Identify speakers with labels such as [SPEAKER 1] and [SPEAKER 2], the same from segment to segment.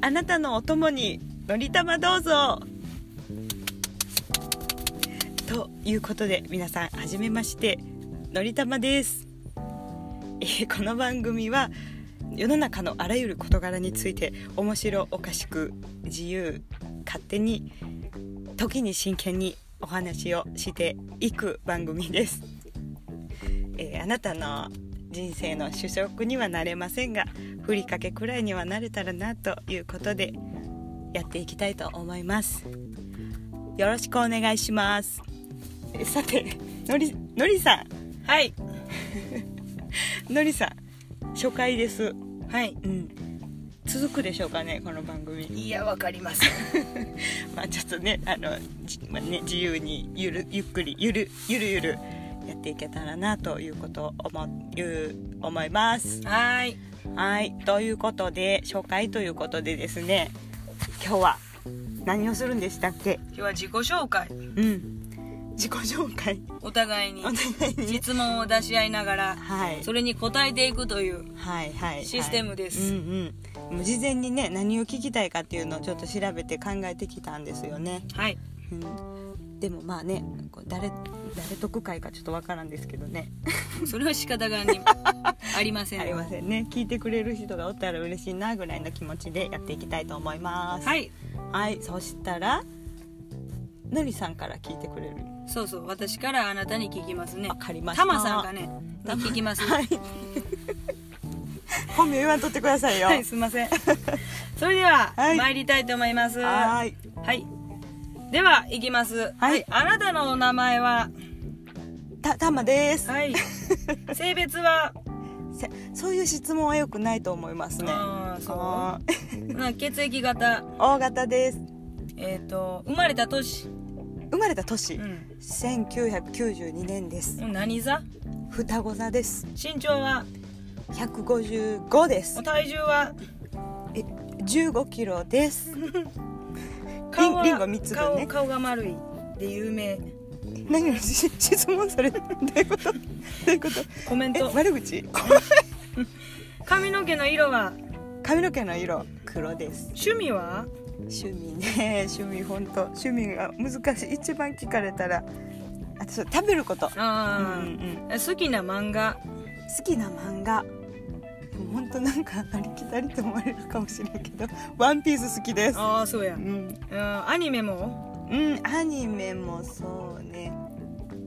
[SPEAKER 1] あなたのお供にのりたまどうぞということで皆さんはじめましてのりたまです、えーこの番組は世の中のあらゆる事柄について面白おかしく自由勝手に時に真剣にお話をしていく番組です、えーあなたの人生の主食にはなれませんがふりかけくらいにはなれたらなということでやっていきたいと思いますよろしくお願いしますえさてのりのりさ
[SPEAKER 2] はい
[SPEAKER 1] ん のりさん初回です
[SPEAKER 2] はい
[SPEAKER 1] うん続くでしょうかねこの番組
[SPEAKER 2] いやわかります
[SPEAKER 1] まあちょっとねあの、じまあね、自由にゆるゆっくりゆるゆるゆるやっていけたらなということを思いう思います
[SPEAKER 2] はい
[SPEAKER 1] はいということで紹介ということでですね今日は何をするんでしたっけ
[SPEAKER 2] 今日は自己紹介
[SPEAKER 1] うん自己紹介
[SPEAKER 2] お互いに
[SPEAKER 1] お互いにね
[SPEAKER 2] 質問を出し合いながら
[SPEAKER 1] はい
[SPEAKER 2] それに答えていくという
[SPEAKER 1] はいはいはい
[SPEAKER 2] システムです
[SPEAKER 1] うんうんもう事前にね何を聞きたいかっていうのをちょっと調べて考えてきたんですよね、
[SPEAKER 2] はい
[SPEAKER 1] うん、でもまあねこう誰誰得会かちょっとわからんですけどね
[SPEAKER 2] それは仕方 がにありません
[SPEAKER 1] ありませんね聞いてくれる人がおったら嬉しいなぐらいの気持ちでやっていきたいと思います、
[SPEAKER 2] はいい
[SPEAKER 1] はい、そしたらのりさんから聞いてくれる
[SPEAKER 2] そうそう私からあなたに聞きますね
[SPEAKER 1] わかりました
[SPEAKER 2] タマさんがね
[SPEAKER 1] タマ
[SPEAKER 2] に聞きます
[SPEAKER 1] はい本名言わんとってくださいよ
[SPEAKER 2] はいすいませんそれでは、
[SPEAKER 1] はい
[SPEAKER 2] 参りたいと思います
[SPEAKER 1] はーい
[SPEAKER 2] はいでは行きます
[SPEAKER 1] はい
[SPEAKER 2] あなたのお名前は
[SPEAKER 1] たたまです
[SPEAKER 2] はい 性別は
[SPEAKER 1] せそういう質問は良くないと思いますね。
[SPEAKER 2] あーそう
[SPEAKER 1] あー
[SPEAKER 2] な血液型
[SPEAKER 1] 大型です。
[SPEAKER 2] えっ、と生まれた年、
[SPEAKER 1] 生まれた年、
[SPEAKER 2] ん、
[SPEAKER 1] 1992年です。
[SPEAKER 2] 何座
[SPEAKER 1] 双子座です。
[SPEAKER 2] 身長は
[SPEAKER 1] 155です。
[SPEAKER 2] 体重は
[SPEAKER 1] え、15キロです。
[SPEAKER 2] 顔は
[SPEAKER 1] リンリンゴ三つ分ね
[SPEAKER 2] 顔顔が丸いで有名
[SPEAKER 1] 何のし質問それ？どういうこと？どういうこと？
[SPEAKER 2] コメン
[SPEAKER 1] え、
[SPEAKER 2] ト
[SPEAKER 1] 悪口？
[SPEAKER 2] 髪の毛の色は
[SPEAKER 1] 髪の毛の色黒です。
[SPEAKER 2] 趣味は
[SPEAKER 1] 趣味ね、趣味本当趣味が難しい。一番聞かれたら、あとそう食べること。
[SPEAKER 2] あ
[SPEAKER 1] う
[SPEAKER 2] ー、
[SPEAKER 1] んうん
[SPEAKER 2] 好きな漫画
[SPEAKER 1] 好きな漫画本当なんかありきたりと思われるかもしれんけど「ワンピース好きです
[SPEAKER 2] ああそうや
[SPEAKER 1] う、ん、
[SPEAKER 2] うん、アニメも
[SPEAKER 1] うん、アニメもそうね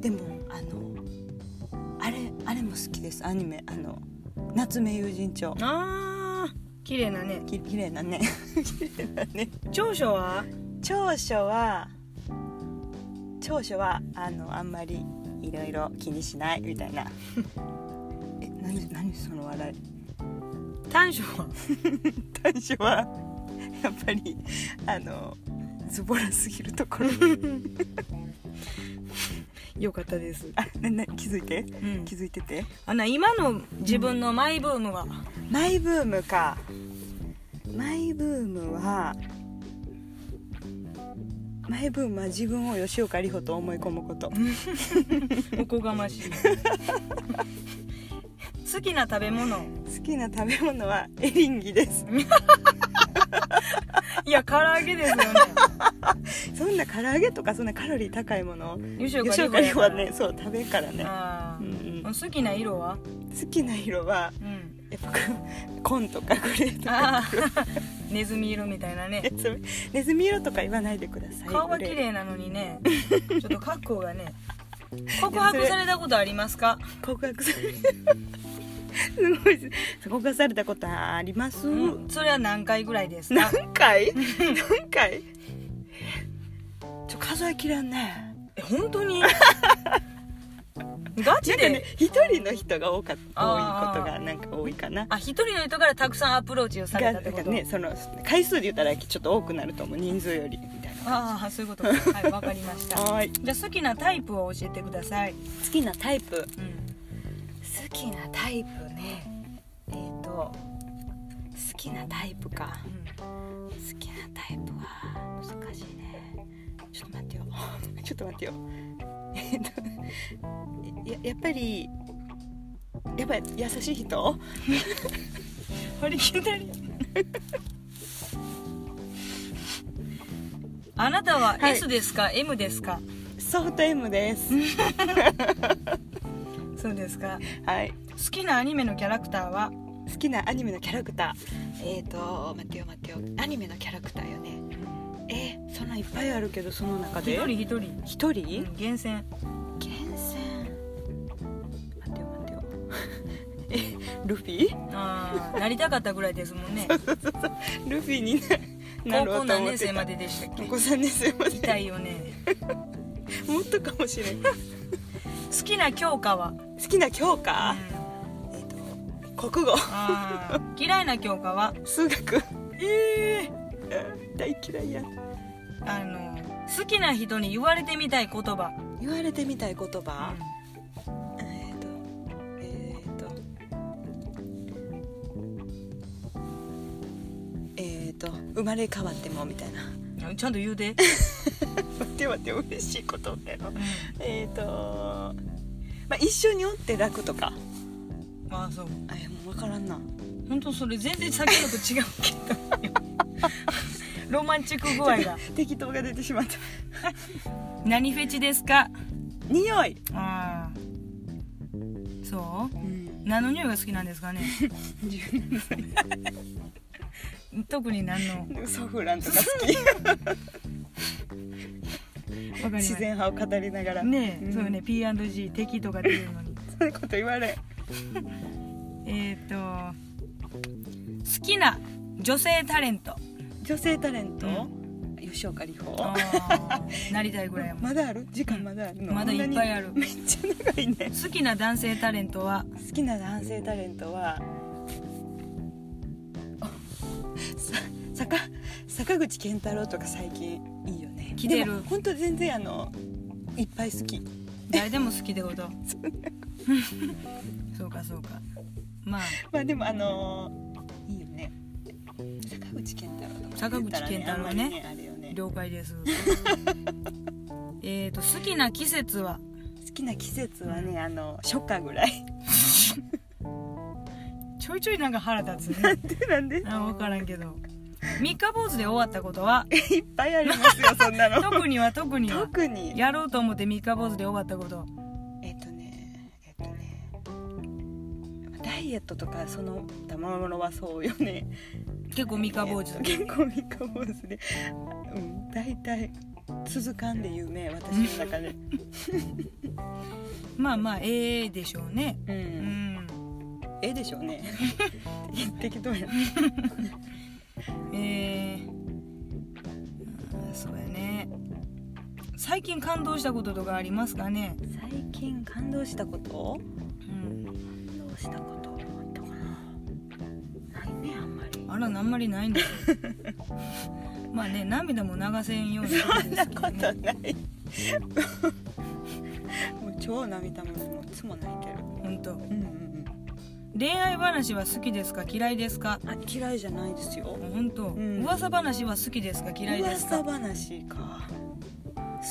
[SPEAKER 1] でもあのあれあれも好きですアニメあの「夏目友人帳
[SPEAKER 2] ああ綺麗なね」
[SPEAKER 1] き綺麗なね 綺麗なね
[SPEAKER 2] 長所は
[SPEAKER 1] 長所は長所はあのあんまりいろいろ気にしないみたいな え何何その笑い
[SPEAKER 2] 短 所は
[SPEAKER 1] 短所は やっぱりあのズボラすぎるところ
[SPEAKER 2] よかったです、
[SPEAKER 1] あなな気づいて
[SPEAKER 2] うん
[SPEAKER 1] 気づいてて
[SPEAKER 2] あな今の自分のマイブームは、
[SPEAKER 1] マイブームかマイブームはマイブームは自分を吉岡里帆と思い込むこと
[SPEAKER 2] おこがましい 好きな食べ物
[SPEAKER 1] 好きな食べ物はエリンギです
[SPEAKER 2] いや唐揚げで すよね
[SPEAKER 1] そんな唐揚げとかそんなカロリー高いもの
[SPEAKER 2] 吉岡
[SPEAKER 1] 吉
[SPEAKER 2] 里
[SPEAKER 1] 岡
[SPEAKER 2] 帆
[SPEAKER 1] 里
[SPEAKER 2] や
[SPEAKER 1] 帆はね
[SPEAKER 2] から
[SPEAKER 1] そう食べんからね、
[SPEAKER 2] あ
[SPEAKER 1] うん
[SPEAKER 2] ー
[SPEAKER 1] うん、
[SPEAKER 2] 好きな色は、
[SPEAKER 1] 好きな色は
[SPEAKER 2] うん、
[SPEAKER 1] やっぱ紺とかグレーとか
[SPEAKER 2] あー ネズミ色みたいなね
[SPEAKER 1] ネズミネズミ色とか言わないでください
[SPEAKER 2] 顔は綺麗なのに ねちょっと格好がね告白されたことありますか
[SPEAKER 1] 告白されすごいです告白されたことあります、
[SPEAKER 2] うんそれは何回ぐらいですか
[SPEAKER 1] 何回何回ちょ数 えきらんね
[SPEAKER 2] え本当に ガチ
[SPEAKER 1] なん
[SPEAKER 2] で、
[SPEAKER 1] かね一人の人が多か多い
[SPEAKER 2] あー
[SPEAKER 1] ことがなんか多いかな
[SPEAKER 2] あ一人の人からたくさんアプローチをさ
[SPEAKER 1] が
[SPEAKER 2] れ
[SPEAKER 1] な
[SPEAKER 2] たって
[SPEAKER 1] ん
[SPEAKER 2] こ
[SPEAKER 1] か
[SPEAKER 2] と、
[SPEAKER 1] ねその回数で言ったらちょっと多くなると思う人数よりみたいな
[SPEAKER 2] ああそういうことかはいわかりま した
[SPEAKER 1] はーい
[SPEAKER 2] じゃあ好きなタイプを教えてください、
[SPEAKER 1] 好きなタイプ
[SPEAKER 2] うん、
[SPEAKER 1] 好きなタイプねえっ、と好きなタイプか好きなタイプは難しいねちょっと待ってよ ちょっと待ってよえっとややっぱりやっぱり 優しい人
[SPEAKER 2] 張り切ったりあなたは
[SPEAKER 1] はい
[SPEAKER 2] S ですか、M ですか
[SPEAKER 1] ソフト M です
[SPEAKER 2] そうですか
[SPEAKER 1] はい
[SPEAKER 2] 好きなアニメのキャラクターは
[SPEAKER 1] 好きなアニメのキャラクターえっ、ー、と待ってよ待ってよアニメのキャラクターよねえー、そんなんいっぱいあるけどその中で
[SPEAKER 2] 一人一人
[SPEAKER 1] 一人
[SPEAKER 2] うん厳選
[SPEAKER 1] 厳選待ってよ待 ってよえルフィ
[SPEAKER 2] あーなりたかったぐらいです もんね
[SPEAKER 1] ルフィになな
[SPEAKER 2] 高
[SPEAKER 1] ろ
[SPEAKER 2] 校
[SPEAKER 1] うと
[SPEAKER 2] 何
[SPEAKER 1] 思っ
[SPEAKER 2] 年
[SPEAKER 1] てた
[SPEAKER 2] 生まででしたっ
[SPEAKER 1] 高校3年生ま
[SPEAKER 2] け
[SPEAKER 1] で
[SPEAKER 2] いたいよね
[SPEAKER 1] もっとかもしれない
[SPEAKER 2] 好きな教科は、うん
[SPEAKER 1] 好きな教科、えっ、と国語
[SPEAKER 2] あー嫌いな教科は
[SPEAKER 1] 数学ええ大嫌いや
[SPEAKER 2] あの好きな人に言われてみたい言葉、
[SPEAKER 1] 言われてみたい言葉、
[SPEAKER 2] う
[SPEAKER 1] えっ、とえっ、とえっ、と生まれ変わってもみたいな
[SPEAKER 2] んちゃんと言うで、
[SPEAKER 1] 待って待って嬉しいことだよえっ、とまあ一緒におって楽とか
[SPEAKER 2] ああそう
[SPEAKER 1] あいやもう分からんな
[SPEAKER 2] 本当それ全然先ほどと違うけどロマンチック具合が
[SPEAKER 1] 適当が出てしまった
[SPEAKER 2] 何フェチですか
[SPEAKER 1] 匂い、
[SPEAKER 2] ああそう何の匂いが好きなんですかね 特に何の
[SPEAKER 1] ソフランとか 好き自然派を語りながら
[SPEAKER 2] ねえ、
[SPEAKER 1] ん
[SPEAKER 2] そうね P&G 敵とか出るの に
[SPEAKER 1] そういうこと言われん
[SPEAKER 2] えっと好きな女性タレント
[SPEAKER 1] 女性タレント、
[SPEAKER 2] う
[SPEAKER 1] 吉岡里帆
[SPEAKER 2] あ ーなりたいぐらいやもん
[SPEAKER 1] まだある時間まだあるの
[SPEAKER 2] まだいっぱいある
[SPEAKER 1] こんなにめっちゃ長いね
[SPEAKER 2] 好きな男性タレントは
[SPEAKER 1] 好きな男性タレントはあさ坂坂口健太郎とか最近いいよね
[SPEAKER 2] 来てる
[SPEAKER 1] でも本当全然あのいっぱい好き
[SPEAKER 2] 誰でも好きってことそうかそうかまあ
[SPEAKER 1] まあでもあのいいよね坂口健太郎とか
[SPEAKER 2] 坂口健太郎ね
[SPEAKER 1] 言ったらあんまりねあれよね
[SPEAKER 2] 了解ですえっと好きな季節は
[SPEAKER 1] 好きな季節はねあの初夏ぐらい
[SPEAKER 2] ちょいちょいなんか腹立つ ね
[SPEAKER 1] なんで
[SPEAKER 2] あ分からんけど三日坊主で終わったこと は
[SPEAKER 1] いっぱいあります よそんなの
[SPEAKER 2] 特には特には
[SPEAKER 1] 特に
[SPEAKER 2] やろうと思って三日坊主で終わったこと
[SPEAKER 1] えっとねえっとねダイエットとかそのたものはそうよね
[SPEAKER 2] 結構三日坊主だ
[SPEAKER 1] 結構三日坊主でうん大体続かんで有名私の中で
[SPEAKER 2] まあまあええでしょうね
[SPEAKER 1] う
[SPEAKER 2] うんん
[SPEAKER 1] ええでしょう ね適当や
[SPEAKER 2] えーうんそうやね最近感動したこととかありますかね、
[SPEAKER 1] 最近感動したこと
[SPEAKER 2] うん、
[SPEAKER 1] 感動したことあったかなないねあんまり
[SPEAKER 2] あらあんま りないんだよまあね涙も流せんように
[SPEAKER 1] そんなこと
[SPEAKER 2] ね
[SPEAKER 1] ない もう超涙ももういつも泣いてる
[SPEAKER 2] ほんと
[SPEAKER 1] うんうんうん
[SPEAKER 2] 恋愛話は好きですか嫌いですか
[SPEAKER 1] あ嫌いじゃないですよ
[SPEAKER 2] ほんと、
[SPEAKER 1] ん
[SPEAKER 2] 噂話は好きですか嫌いですか
[SPEAKER 1] 噂話か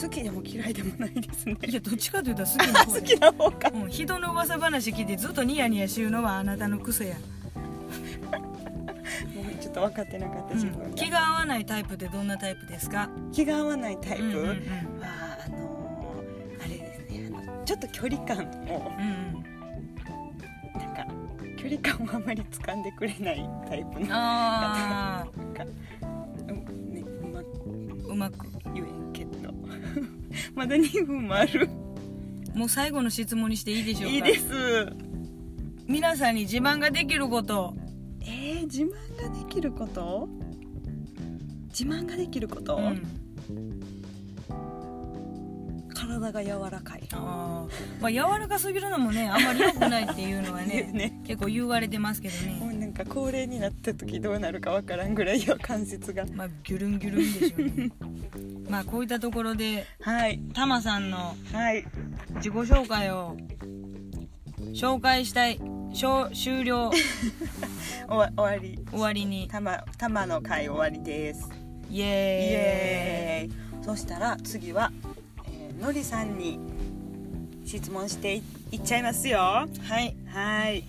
[SPEAKER 1] 好きでも嫌いでもないですね
[SPEAKER 2] いやどっちかというと好きな
[SPEAKER 1] あ
[SPEAKER 2] 方
[SPEAKER 1] 好
[SPEAKER 2] や
[SPEAKER 1] きな方か
[SPEAKER 2] うん、人の噂話聞いてずっとニヤニヤしゅうのはあなたの癖や、
[SPEAKER 1] ご めんちょっと分かってなかった
[SPEAKER 2] う
[SPEAKER 1] 自分が、
[SPEAKER 2] ん、気が合わないタイプってどんなタイプですか
[SPEAKER 1] 気が合わないタイプ、
[SPEAKER 2] うんうんうん
[SPEAKER 1] あーあのーあれですねあのちょっと距離感を
[SPEAKER 2] うんうん
[SPEAKER 1] なんか距離感をあまり掴んでくれないタイプの
[SPEAKER 2] ああ
[SPEAKER 1] なんか、うんね、うまく
[SPEAKER 2] うまく
[SPEAKER 1] 言えんけど まだ2分もある
[SPEAKER 2] もう最後の質問にしていいでしょうか
[SPEAKER 1] いいです
[SPEAKER 2] 皆さんに自慢ができること
[SPEAKER 1] えー、自慢ができること自慢ができること、
[SPEAKER 2] うん
[SPEAKER 1] 体が柔らかい
[SPEAKER 2] あーまあ、柔らかすぎるのもねあんまり良くないっていうのは
[SPEAKER 1] 言
[SPEAKER 2] ね
[SPEAKER 1] うね
[SPEAKER 2] 結構言われてますけど
[SPEAKER 1] も
[SPEAKER 2] ね、
[SPEAKER 1] うなんか高齢になった時どうなるかわからんぐらいよ関節が
[SPEAKER 2] まあ、ギュルンギュルンでしょうねまあこういったところで
[SPEAKER 1] はい
[SPEAKER 2] タマさんの
[SPEAKER 1] はい
[SPEAKER 2] 自己紹介を紹介したいしょう終了
[SPEAKER 1] おわ終わり
[SPEAKER 2] 終わり に
[SPEAKER 1] たまたまの会終わりです
[SPEAKER 2] イ
[SPEAKER 1] イ
[SPEAKER 2] エー
[SPEAKER 1] エ
[SPEAKER 2] イ
[SPEAKER 1] ーイそしたら次は、えーのりさんに質問していいっちゃいますよは
[SPEAKER 2] はい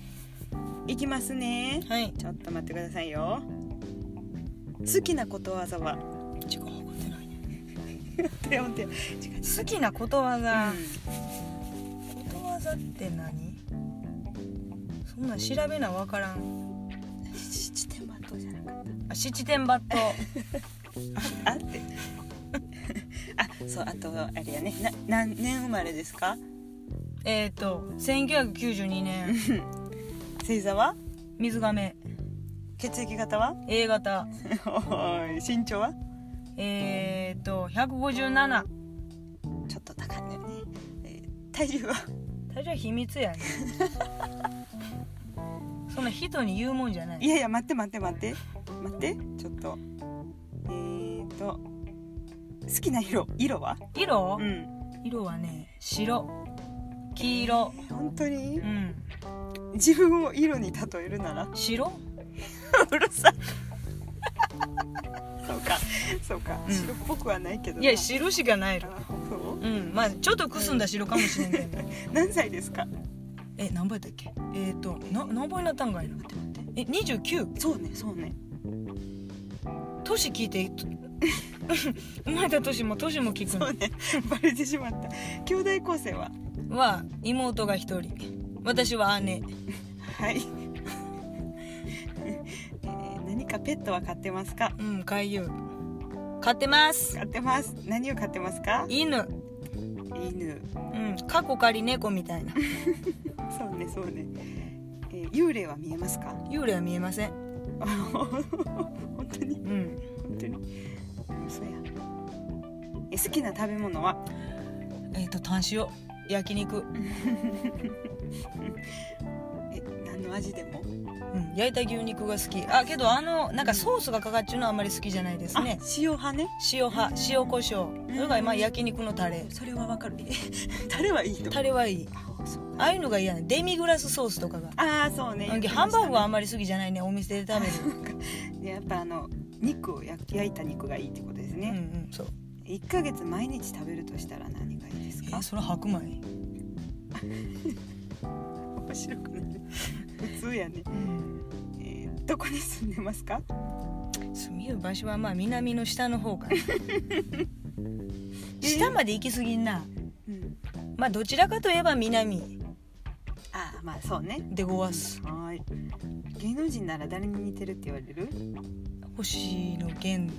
[SPEAKER 1] いいきますね
[SPEAKER 2] はい
[SPEAKER 1] ちょっと待ってくださいよ好きなことわざは
[SPEAKER 2] 時間かかってないね
[SPEAKER 1] って思って
[SPEAKER 2] 好きなことわざ、
[SPEAKER 1] う
[SPEAKER 2] ことわざって何そんなん調べな分からん
[SPEAKER 1] ん七点抜刀じゃなかっ
[SPEAKER 2] あ七点抜刀
[SPEAKER 1] たあって あそうあとあれやねな何年生まれですか
[SPEAKER 2] えっと1992年
[SPEAKER 1] 星座は
[SPEAKER 2] 水亀
[SPEAKER 1] 血液型は
[SPEAKER 2] A 型
[SPEAKER 1] おい身長は
[SPEAKER 2] えっと157
[SPEAKER 1] ちょっと高いんだよね、えー体重は
[SPEAKER 2] 大丈夫秘密 やねそんな人に言うもんじゃない
[SPEAKER 1] いやいや待って待って待って待ってちょっとえー、と好きな色色は
[SPEAKER 2] 色、
[SPEAKER 1] うん
[SPEAKER 2] 色はね白黄色
[SPEAKER 1] 本当に
[SPEAKER 2] うん
[SPEAKER 1] 自分を色に例えるなら
[SPEAKER 2] 白
[SPEAKER 1] うるさい そうかそうか、
[SPEAKER 2] うん
[SPEAKER 1] 白っぽくはないけど
[SPEAKER 2] いや白しかないの
[SPEAKER 1] あそう
[SPEAKER 2] うんまあちょっとくすんだ白かもしれんけ ど
[SPEAKER 1] 何歳ですか
[SPEAKER 2] え何倍だっけえっ、ー、とな何倍になったんかいな
[SPEAKER 1] 待って待って
[SPEAKER 2] え二29
[SPEAKER 1] そうねそうね
[SPEAKER 2] 年聞いて と生まれた年も年も聞く
[SPEAKER 1] そうねバレてしまった兄弟構成は
[SPEAKER 2] のは妹が一人私は姉
[SPEAKER 1] はい、えー何かペットは飼ってますか
[SPEAKER 2] うん飼いよ飼ってます
[SPEAKER 1] 飼ってます何を飼ってますか
[SPEAKER 2] 犬
[SPEAKER 1] 犬
[SPEAKER 2] うん過去仮猫みたいな
[SPEAKER 1] そうねそうね、えー幽霊は見えますか
[SPEAKER 2] 幽霊は見えません
[SPEAKER 1] 本当に
[SPEAKER 2] うん
[SPEAKER 1] 本当にそうやえ好きな食べ物は
[SPEAKER 2] えっ、ー、と炭塩焼肉
[SPEAKER 1] え何の味でも、
[SPEAKER 2] うん焼いた牛肉が好きあけどあのなんかソースがかかっちゅうのはあんまり好きじゃないです
[SPEAKER 1] あ
[SPEAKER 2] ね
[SPEAKER 1] 塩派ね
[SPEAKER 2] 塩派塩コショウそれがまあ焼肉のタレ
[SPEAKER 1] それはわかる タレはいいと
[SPEAKER 2] タレはいい
[SPEAKER 1] あそう
[SPEAKER 2] ああいうのが嫌ねデミグラスソースとかが
[SPEAKER 1] あーそうね
[SPEAKER 2] うんハンバーグはあんまり好きじゃないねお店で食べ る
[SPEAKER 1] でやっぱあの肉を焼き焼いた肉がいいってことです
[SPEAKER 2] うんう
[SPEAKER 1] ね、
[SPEAKER 2] んそう
[SPEAKER 1] 一ヶ月毎日食べるとしたら何がいいです
[SPEAKER 2] え
[SPEAKER 1] か
[SPEAKER 2] それ白米
[SPEAKER 1] 面白くない 普通やね、
[SPEAKER 2] うん
[SPEAKER 1] えーどこに住んでますか
[SPEAKER 2] 住みよう場所はまあ南の下の方 かな下まで行き過ぎんな
[SPEAKER 1] うん
[SPEAKER 2] まあどちらかといえば南
[SPEAKER 1] ああまあそうね
[SPEAKER 2] でごわす
[SPEAKER 1] はーい芸能人なら誰に似てるって言われる
[SPEAKER 2] 星野源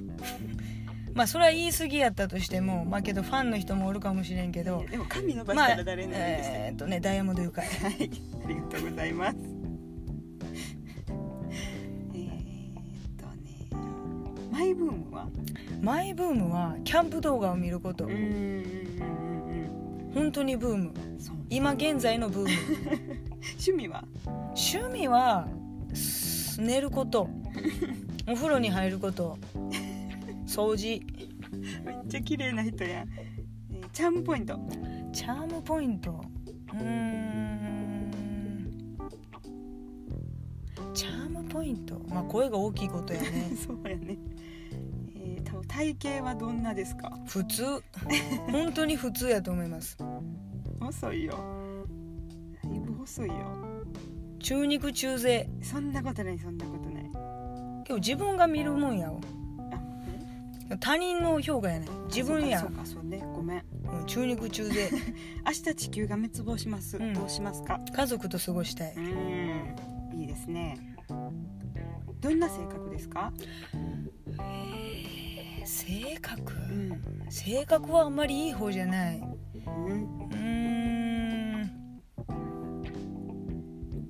[SPEAKER 2] まあそれは言い過ぎやったとしてもまあけどファンの人もおるかもしれんけど
[SPEAKER 1] いやでも髪伸ばし
[SPEAKER 2] まあ
[SPEAKER 1] たら誰になるんですか、
[SPEAKER 2] えーっとねダイヤモンドユカイ
[SPEAKER 1] はいありがとうございますえーっとねマイブームは
[SPEAKER 2] マイブームはキャンプ動画を見ること
[SPEAKER 1] うんうんうん
[SPEAKER 2] 本当にブーム
[SPEAKER 1] うんそう
[SPEAKER 2] 今現在のブーム
[SPEAKER 1] 趣味は
[SPEAKER 2] 趣味はす寝ること お風呂に入ること掃除
[SPEAKER 1] めっちゃ綺麗な人やん、えーチャームポイント
[SPEAKER 2] チャームポイントうーんチャームポイントまあ声が大きいことやね
[SPEAKER 1] そうやね、えー、と体型はどんなですか
[SPEAKER 2] 普通本当に普通やと思います
[SPEAKER 1] 細いよだいぶ細いよ
[SPEAKER 2] 中肉中背
[SPEAKER 1] そんなことないそんなことない
[SPEAKER 2] 今日自分が見るもんやわ
[SPEAKER 1] あ
[SPEAKER 2] 他人の評価やね自分や
[SPEAKER 1] そうかそうかそうねごめん
[SPEAKER 2] うん中肉中背
[SPEAKER 1] 明日地球が滅亡します、
[SPEAKER 2] うん
[SPEAKER 1] どうしますか
[SPEAKER 2] 家族と過ごしたい
[SPEAKER 1] うんいいですねどんな性格ですか、
[SPEAKER 2] 性格
[SPEAKER 1] ん
[SPEAKER 2] 性格はあんまりいい方じゃないう
[SPEAKER 1] うん、
[SPEAKER 2] ーん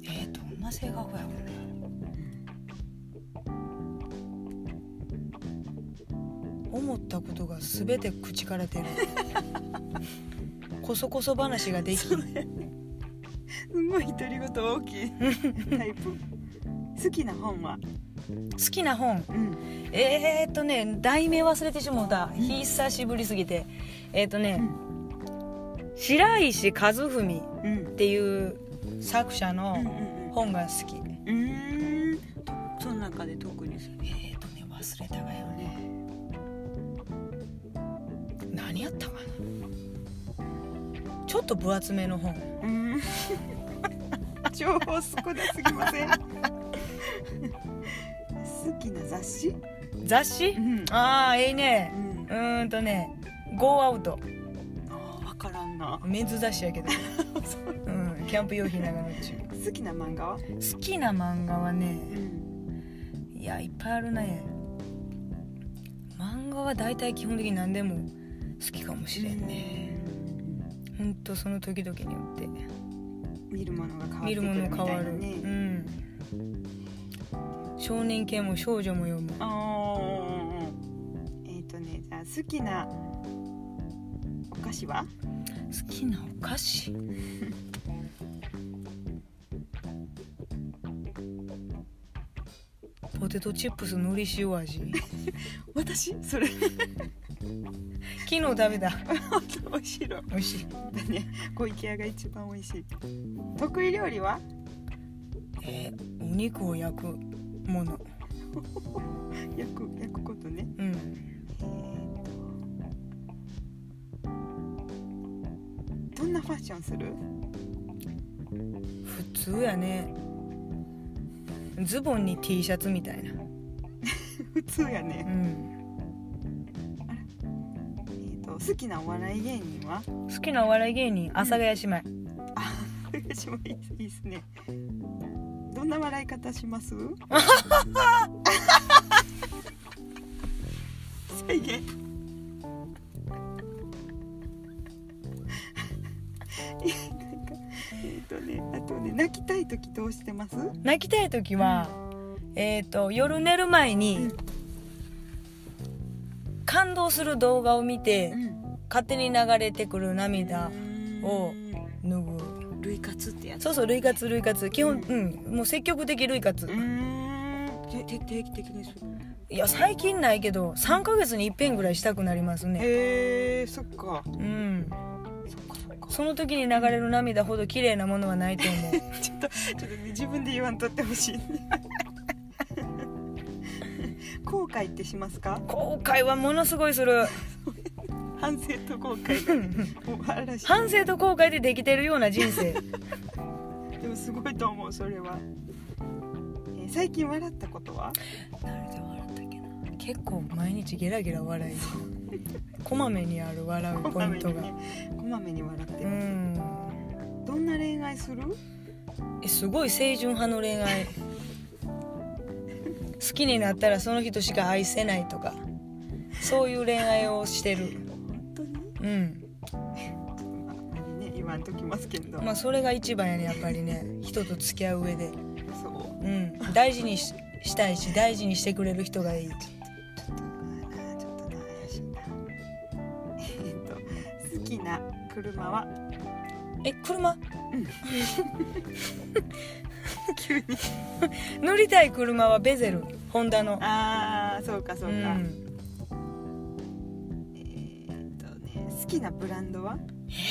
[SPEAKER 2] えー、どんな性格やろうね思ったことが全て口から出るこそこそ話ができ
[SPEAKER 1] すごい独り言大きいタイプ好きな本は、
[SPEAKER 2] 好きな本
[SPEAKER 1] うん、
[SPEAKER 2] えー、っとね題名忘れてしもうた久しぶりすぎてえー、っとね、白石和文っ
[SPEAKER 1] うんうん
[SPEAKER 2] ていう作者の、
[SPEAKER 1] うん
[SPEAKER 2] 本が好き
[SPEAKER 1] うんうんその中で特に
[SPEAKER 2] えー、とね忘れたがよね何やったかなちょっと分厚めの本
[SPEAKER 1] うん情報少なすぎません好きな雑誌、
[SPEAKER 2] 雑誌
[SPEAKER 1] ん
[SPEAKER 2] ああいいね
[SPEAKER 1] うん
[SPEAKER 2] うーんとねゴーアウト
[SPEAKER 1] あーわからんな
[SPEAKER 2] メンズ雑誌やけど、うん、キャンプ用品長野中
[SPEAKER 1] 好きな漫画は
[SPEAKER 2] 好きな漫画はね
[SPEAKER 1] うん
[SPEAKER 2] いやいっぱいあるね漫画は大体基本的に何でも好きかもしれんねほんとその時々によって
[SPEAKER 1] 見るものが変わって
[SPEAKER 2] 見
[SPEAKER 1] く
[SPEAKER 2] る
[SPEAKER 1] る
[SPEAKER 2] もの
[SPEAKER 1] み
[SPEAKER 2] 変わ
[SPEAKER 1] たいな
[SPEAKER 2] る、う
[SPEAKER 1] ね
[SPEAKER 2] ん少年系も少女も読む
[SPEAKER 1] あーえっとねじゃあ好きなお菓子は
[SPEAKER 2] 好きなお 菓子ポテトチップスのり塩味
[SPEAKER 1] 私それ
[SPEAKER 2] 昨日食べた
[SPEAKER 1] 面白い
[SPEAKER 2] 美味し い
[SPEAKER 1] ね小池屋が一番美味しい得意料理は
[SPEAKER 2] えーお肉を焼くもの
[SPEAKER 1] 焼く焼くことね
[SPEAKER 2] うん
[SPEAKER 1] えーどんなファッションする
[SPEAKER 2] 普通やねズボンに T シャツみたいな
[SPEAKER 1] 普通や
[SPEAKER 2] う
[SPEAKER 1] ね、
[SPEAKER 2] ん
[SPEAKER 1] えー、と好きなお笑い芸人は
[SPEAKER 2] 好きなお笑い芸人阿佐ヶ谷姉妹
[SPEAKER 1] あ私もいいですねどんな笑い方し ます再現なんかえっとねあとね泣きたい時どうしてます
[SPEAKER 2] 泣きたい時は、えっ、と夜寝る前に、
[SPEAKER 1] うん
[SPEAKER 2] 感動する動画を見て、
[SPEAKER 1] ん
[SPEAKER 2] 勝手に流れてくる涙を拭う
[SPEAKER 1] 類活ってやつ
[SPEAKER 2] そうそう類活類活基本
[SPEAKER 1] う
[SPEAKER 2] うん、もう積極的類活、
[SPEAKER 1] うーんて定期的にする
[SPEAKER 2] いや最近ないけど3ヶ月に一遍ぐらいしたくなりますね
[SPEAKER 1] へえそっか
[SPEAKER 2] うん
[SPEAKER 1] そっかそっか
[SPEAKER 2] その時に流れる涙ほど綺麗なものはないと思う
[SPEAKER 1] ちょっと、ちょっとね自分で言わんとってほしい、 ね。後悔ってしますか。
[SPEAKER 2] 後悔はものすごいする
[SPEAKER 1] 反省と後悔が、ね。もう嵐。
[SPEAKER 2] 反省と後悔でできてるような人生
[SPEAKER 1] でもすごいと思う、それは。えー最近笑ったことは。
[SPEAKER 2] 誰で笑ったっけな結構毎日ゲラゲラ 笑いこまめにある笑うポイントが、
[SPEAKER 1] ね、こまめに笑って
[SPEAKER 2] う
[SPEAKER 1] ます。
[SPEAKER 2] ん
[SPEAKER 1] どんな恋愛する。
[SPEAKER 2] えすごい清純派の恋 愛好きになったらその人しか愛せないとかそういう恋愛をしてる
[SPEAKER 1] 本当に。
[SPEAKER 2] うん
[SPEAKER 1] あんまりね、言わんときますけど。
[SPEAKER 2] まあそれが一番やねやっぱりね人と付き合う上で
[SPEAKER 1] そう。
[SPEAKER 2] うん大事にししたいし大事にしてくれる人がいい
[SPEAKER 1] ちょっとあーちょっとな怪しいな。えーっと、好きな車は。
[SPEAKER 2] え車
[SPEAKER 1] ん急に。
[SPEAKER 2] 乗りたい車はベゼルホンダの
[SPEAKER 1] ああそうかそううか、
[SPEAKER 2] ん
[SPEAKER 1] えーっとね好きなブランドは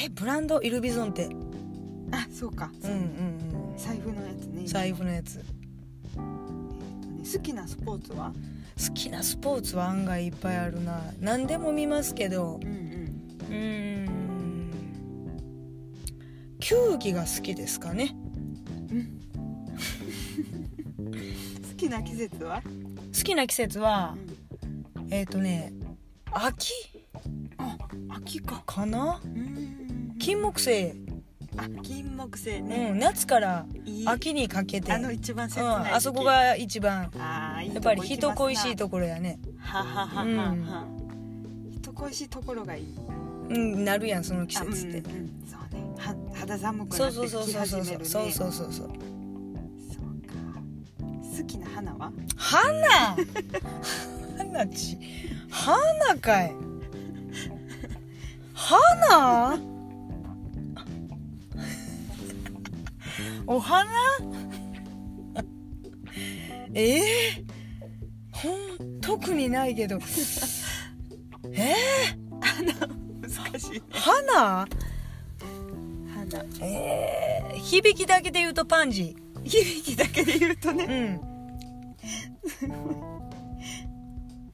[SPEAKER 2] えブランドイルビゾンテ
[SPEAKER 1] あそうか、
[SPEAKER 2] うんうん
[SPEAKER 1] 財布のやつ
[SPEAKER 2] う
[SPEAKER 1] ね
[SPEAKER 2] ん財布のや
[SPEAKER 1] え
[SPEAKER 2] つ
[SPEAKER 1] ーっとね好きなスポーツは
[SPEAKER 2] 好きなスポーツは案外いっぱいあるな何でも見ますけど
[SPEAKER 1] うんうん
[SPEAKER 2] うーん球技が好きですかね
[SPEAKER 1] 好きな季節は、
[SPEAKER 2] 好きな季節は
[SPEAKER 1] う
[SPEAKER 2] えっ、とね秋
[SPEAKER 1] ん、秋か
[SPEAKER 2] かな
[SPEAKER 1] うん
[SPEAKER 2] 金木犀、
[SPEAKER 1] あ金木犀
[SPEAKER 2] う
[SPEAKER 1] ね、
[SPEAKER 2] ん、夏から
[SPEAKER 1] いい
[SPEAKER 2] 秋にかけて
[SPEAKER 1] あの一番切
[SPEAKER 2] うん、
[SPEAKER 1] ない時期、
[SPEAKER 2] あそこが一番
[SPEAKER 1] あーいい
[SPEAKER 2] や
[SPEAKER 1] とこ
[SPEAKER 2] っぱ
[SPEAKER 1] 行
[SPEAKER 2] り
[SPEAKER 1] きますな
[SPEAKER 2] 人恋しいところやね
[SPEAKER 1] ははははは、人恋しいところがいい
[SPEAKER 2] うんなるやんその季
[SPEAKER 1] あ
[SPEAKER 2] 節って、
[SPEAKER 1] うんうん、そうねは肌寒く
[SPEAKER 2] そ
[SPEAKER 1] な
[SPEAKER 2] う
[SPEAKER 1] って
[SPEAKER 2] そうそう
[SPEAKER 1] き
[SPEAKER 2] そう
[SPEAKER 1] 始
[SPEAKER 2] そう
[SPEAKER 1] めるね
[SPEAKER 2] そうそうそうそ
[SPEAKER 1] そ
[SPEAKER 2] う
[SPEAKER 1] うか好きな花は
[SPEAKER 2] 花 花ち花かい花 お花 ええほん特にないけど え
[SPEAKER 1] 難しい
[SPEAKER 2] ー、花
[SPEAKER 1] 花
[SPEAKER 2] えー、響きだけで言うとパンジ
[SPEAKER 1] 響きだけで言うと
[SPEAKER 2] ー
[SPEAKER 1] ね、
[SPEAKER 2] うん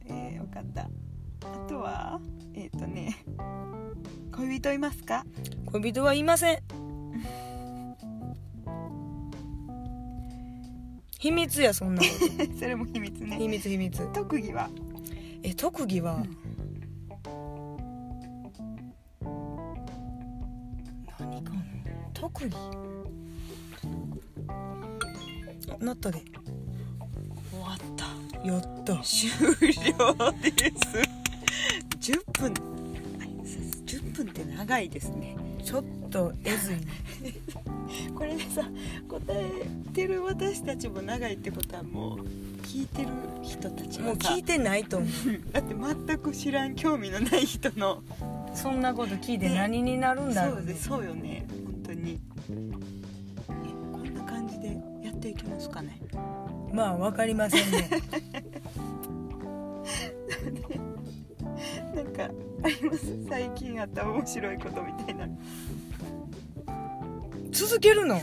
[SPEAKER 1] えー、よかったあとはえっ、とね恋人いますか
[SPEAKER 2] 恋人はいません秘密やそんなこ
[SPEAKER 1] それも秘密
[SPEAKER 2] と秘
[SPEAKER 1] ね
[SPEAKER 2] 密秘密
[SPEAKER 1] 特技は
[SPEAKER 2] え特技は、
[SPEAKER 1] うん
[SPEAKER 2] ルリーノットで
[SPEAKER 1] 終わった
[SPEAKER 2] やった
[SPEAKER 1] 終了です10分10分って長いですね
[SPEAKER 2] ちょっとえ ずいね
[SPEAKER 1] これでさ答えてる私たちも長いってことはもう聞いてる人たち
[SPEAKER 2] も
[SPEAKER 1] も
[SPEAKER 2] う
[SPEAKER 1] さ
[SPEAKER 2] 聞いてないと思
[SPEAKER 1] だって全く知らん興味のない人の
[SPEAKER 2] うそんなこと聞いて何になるんだ
[SPEAKER 1] そ
[SPEAKER 2] ろ
[SPEAKER 1] う
[SPEAKER 2] う
[SPEAKER 1] で
[SPEAKER 2] ね
[SPEAKER 1] そうよね本当にえこんな感じでやっていきますかね
[SPEAKER 2] まあわかりません ね
[SPEAKER 1] なんかあります最近あった面白いことみたいな
[SPEAKER 2] 続けるの
[SPEAKER 1] も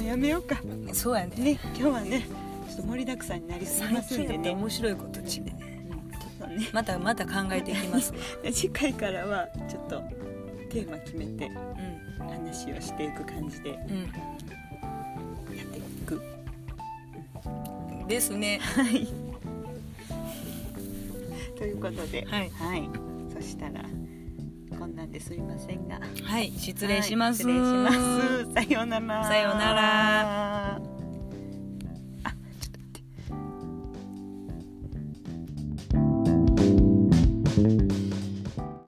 [SPEAKER 1] うやめようか
[SPEAKER 2] そうやね
[SPEAKER 1] ね今日はねちょっと盛りだくさんになりすぎます
[SPEAKER 2] 最
[SPEAKER 1] んで
[SPEAKER 2] 近やった
[SPEAKER 1] ね
[SPEAKER 2] 面白いことちね
[SPEAKER 1] うんちょっとね
[SPEAKER 2] またまた考えていきますわ
[SPEAKER 1] 次回からはちょっとテーマ決めて
[SPEAKER 2] うん
[SPEAKER 1] 話をしていく感じでやっていく
[SPEAKER 2] うんです ね
[SPEAKER 1] はいということでは
[SPEAKER 2] はい
[SPEAKER 1] そしたらこんなんですいませんが
[SPEAKER 2] はい失礼します、
[SPEAKER 1] はい失礼しますさようなら
[SPEAKER 2] さようなら